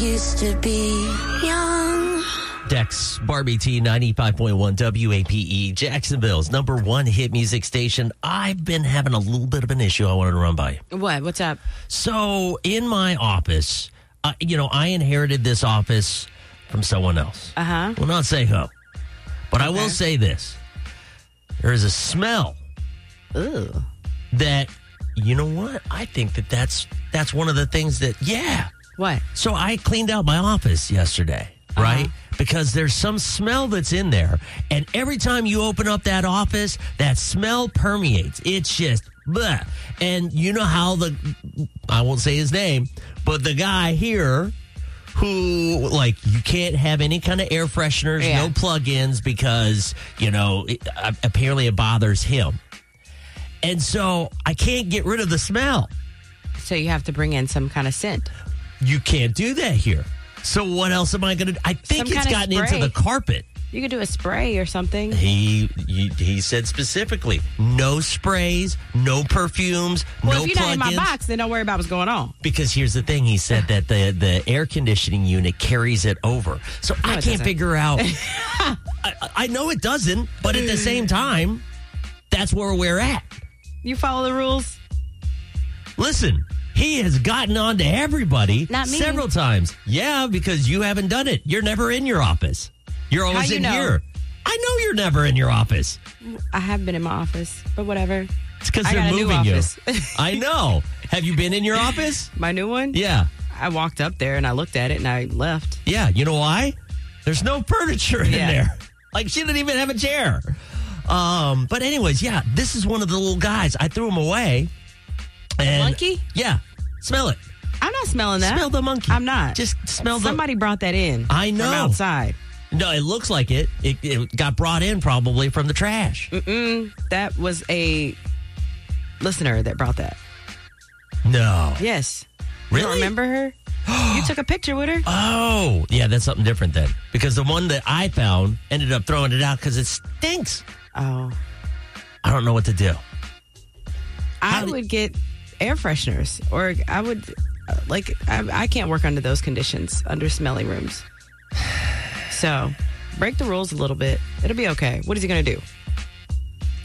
Used to be young. Dex, Barbie T, 95.1 WAPE, E, Jacksonville's number one hit music station. I've been having a little bit of an issue I wanted to run by you. What? What's up? So, in my office, uh, you know, I inherited this office from someone else. Uh huh. Will not say who, but I will say this there is a smell Ooh. that, you know what? I think that that's, that's one of the things that, yeah, What? So I cleaned out my office yesterday, right? Because there's some smell that's in there. And every time you open up that office, that smell permeates. It's just bleh. And you know how the I won't say his name, but the guy here who like you can't have any kind of air fresheners, Yeah. no plug-ins because, you know, it, uh, apparently it bothers him. And so I can't get rid of the smell. So you have to bring in some kind of scent. You can't do that here. So what else am I going to do? I think Some it's kind of gotten into spray. the carpet. You could do a spray or something. He, he he said specifically, no sprays, no perfumes, Well, no if you're not in my plug-ins. box, then don't worry about what's going on. Because here's the thing, he said that the the air conditioning unit carries it over. So I it can't doesn't. figure out. I, I know it doesn't, but at the same time, that's where we're at. You follow the rules. Listen, he has gotten on to everybody Not me. several times. Yeah, because you haven't done it. You're never in your office. You're always you in know? here. I know you're never in your office. I have been in my office, but whatever. It's because I they're got a new moving you. office. I know. Have you been in your office? My new one. Yeah. I walked up there and I looked at it and I left. Yeah. You know why? There's no furniture in Yeah. there. Like she didn't even have a chair. Um, but anyways, yeah, this is one of the little guys. I threw him away. And Monkey? Yeah. Smell it. I'm not smelling that. Smell the monkey. I'm not. Just smell the Somebody brought that in. I know. From outside. No, it looks like it. It, it got brought in probably from the trash. That was a listener that brought that. No. Yes. You Really? don't remember her? you took a picture with her? Oh, yeah, that's something different then. Because the one that I found ended up throwing it out because it stinks. Oh. I don't know what to do. I How did- would get air fresheners, or I would uh, like I, I can't work under those conditions under smelly rooms. So break the rules a little bit. It'll be okay. What is he gonna do?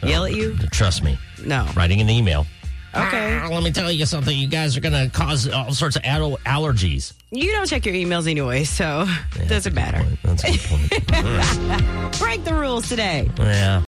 Yell at you? Trust me, No. writing an email. Okay. Ah, let me tell you something. You guys are going to cause all sorts of adult allergies. You don't check your emails anyway, so doesn't matter. That's a good point. Break the rules today. yeah.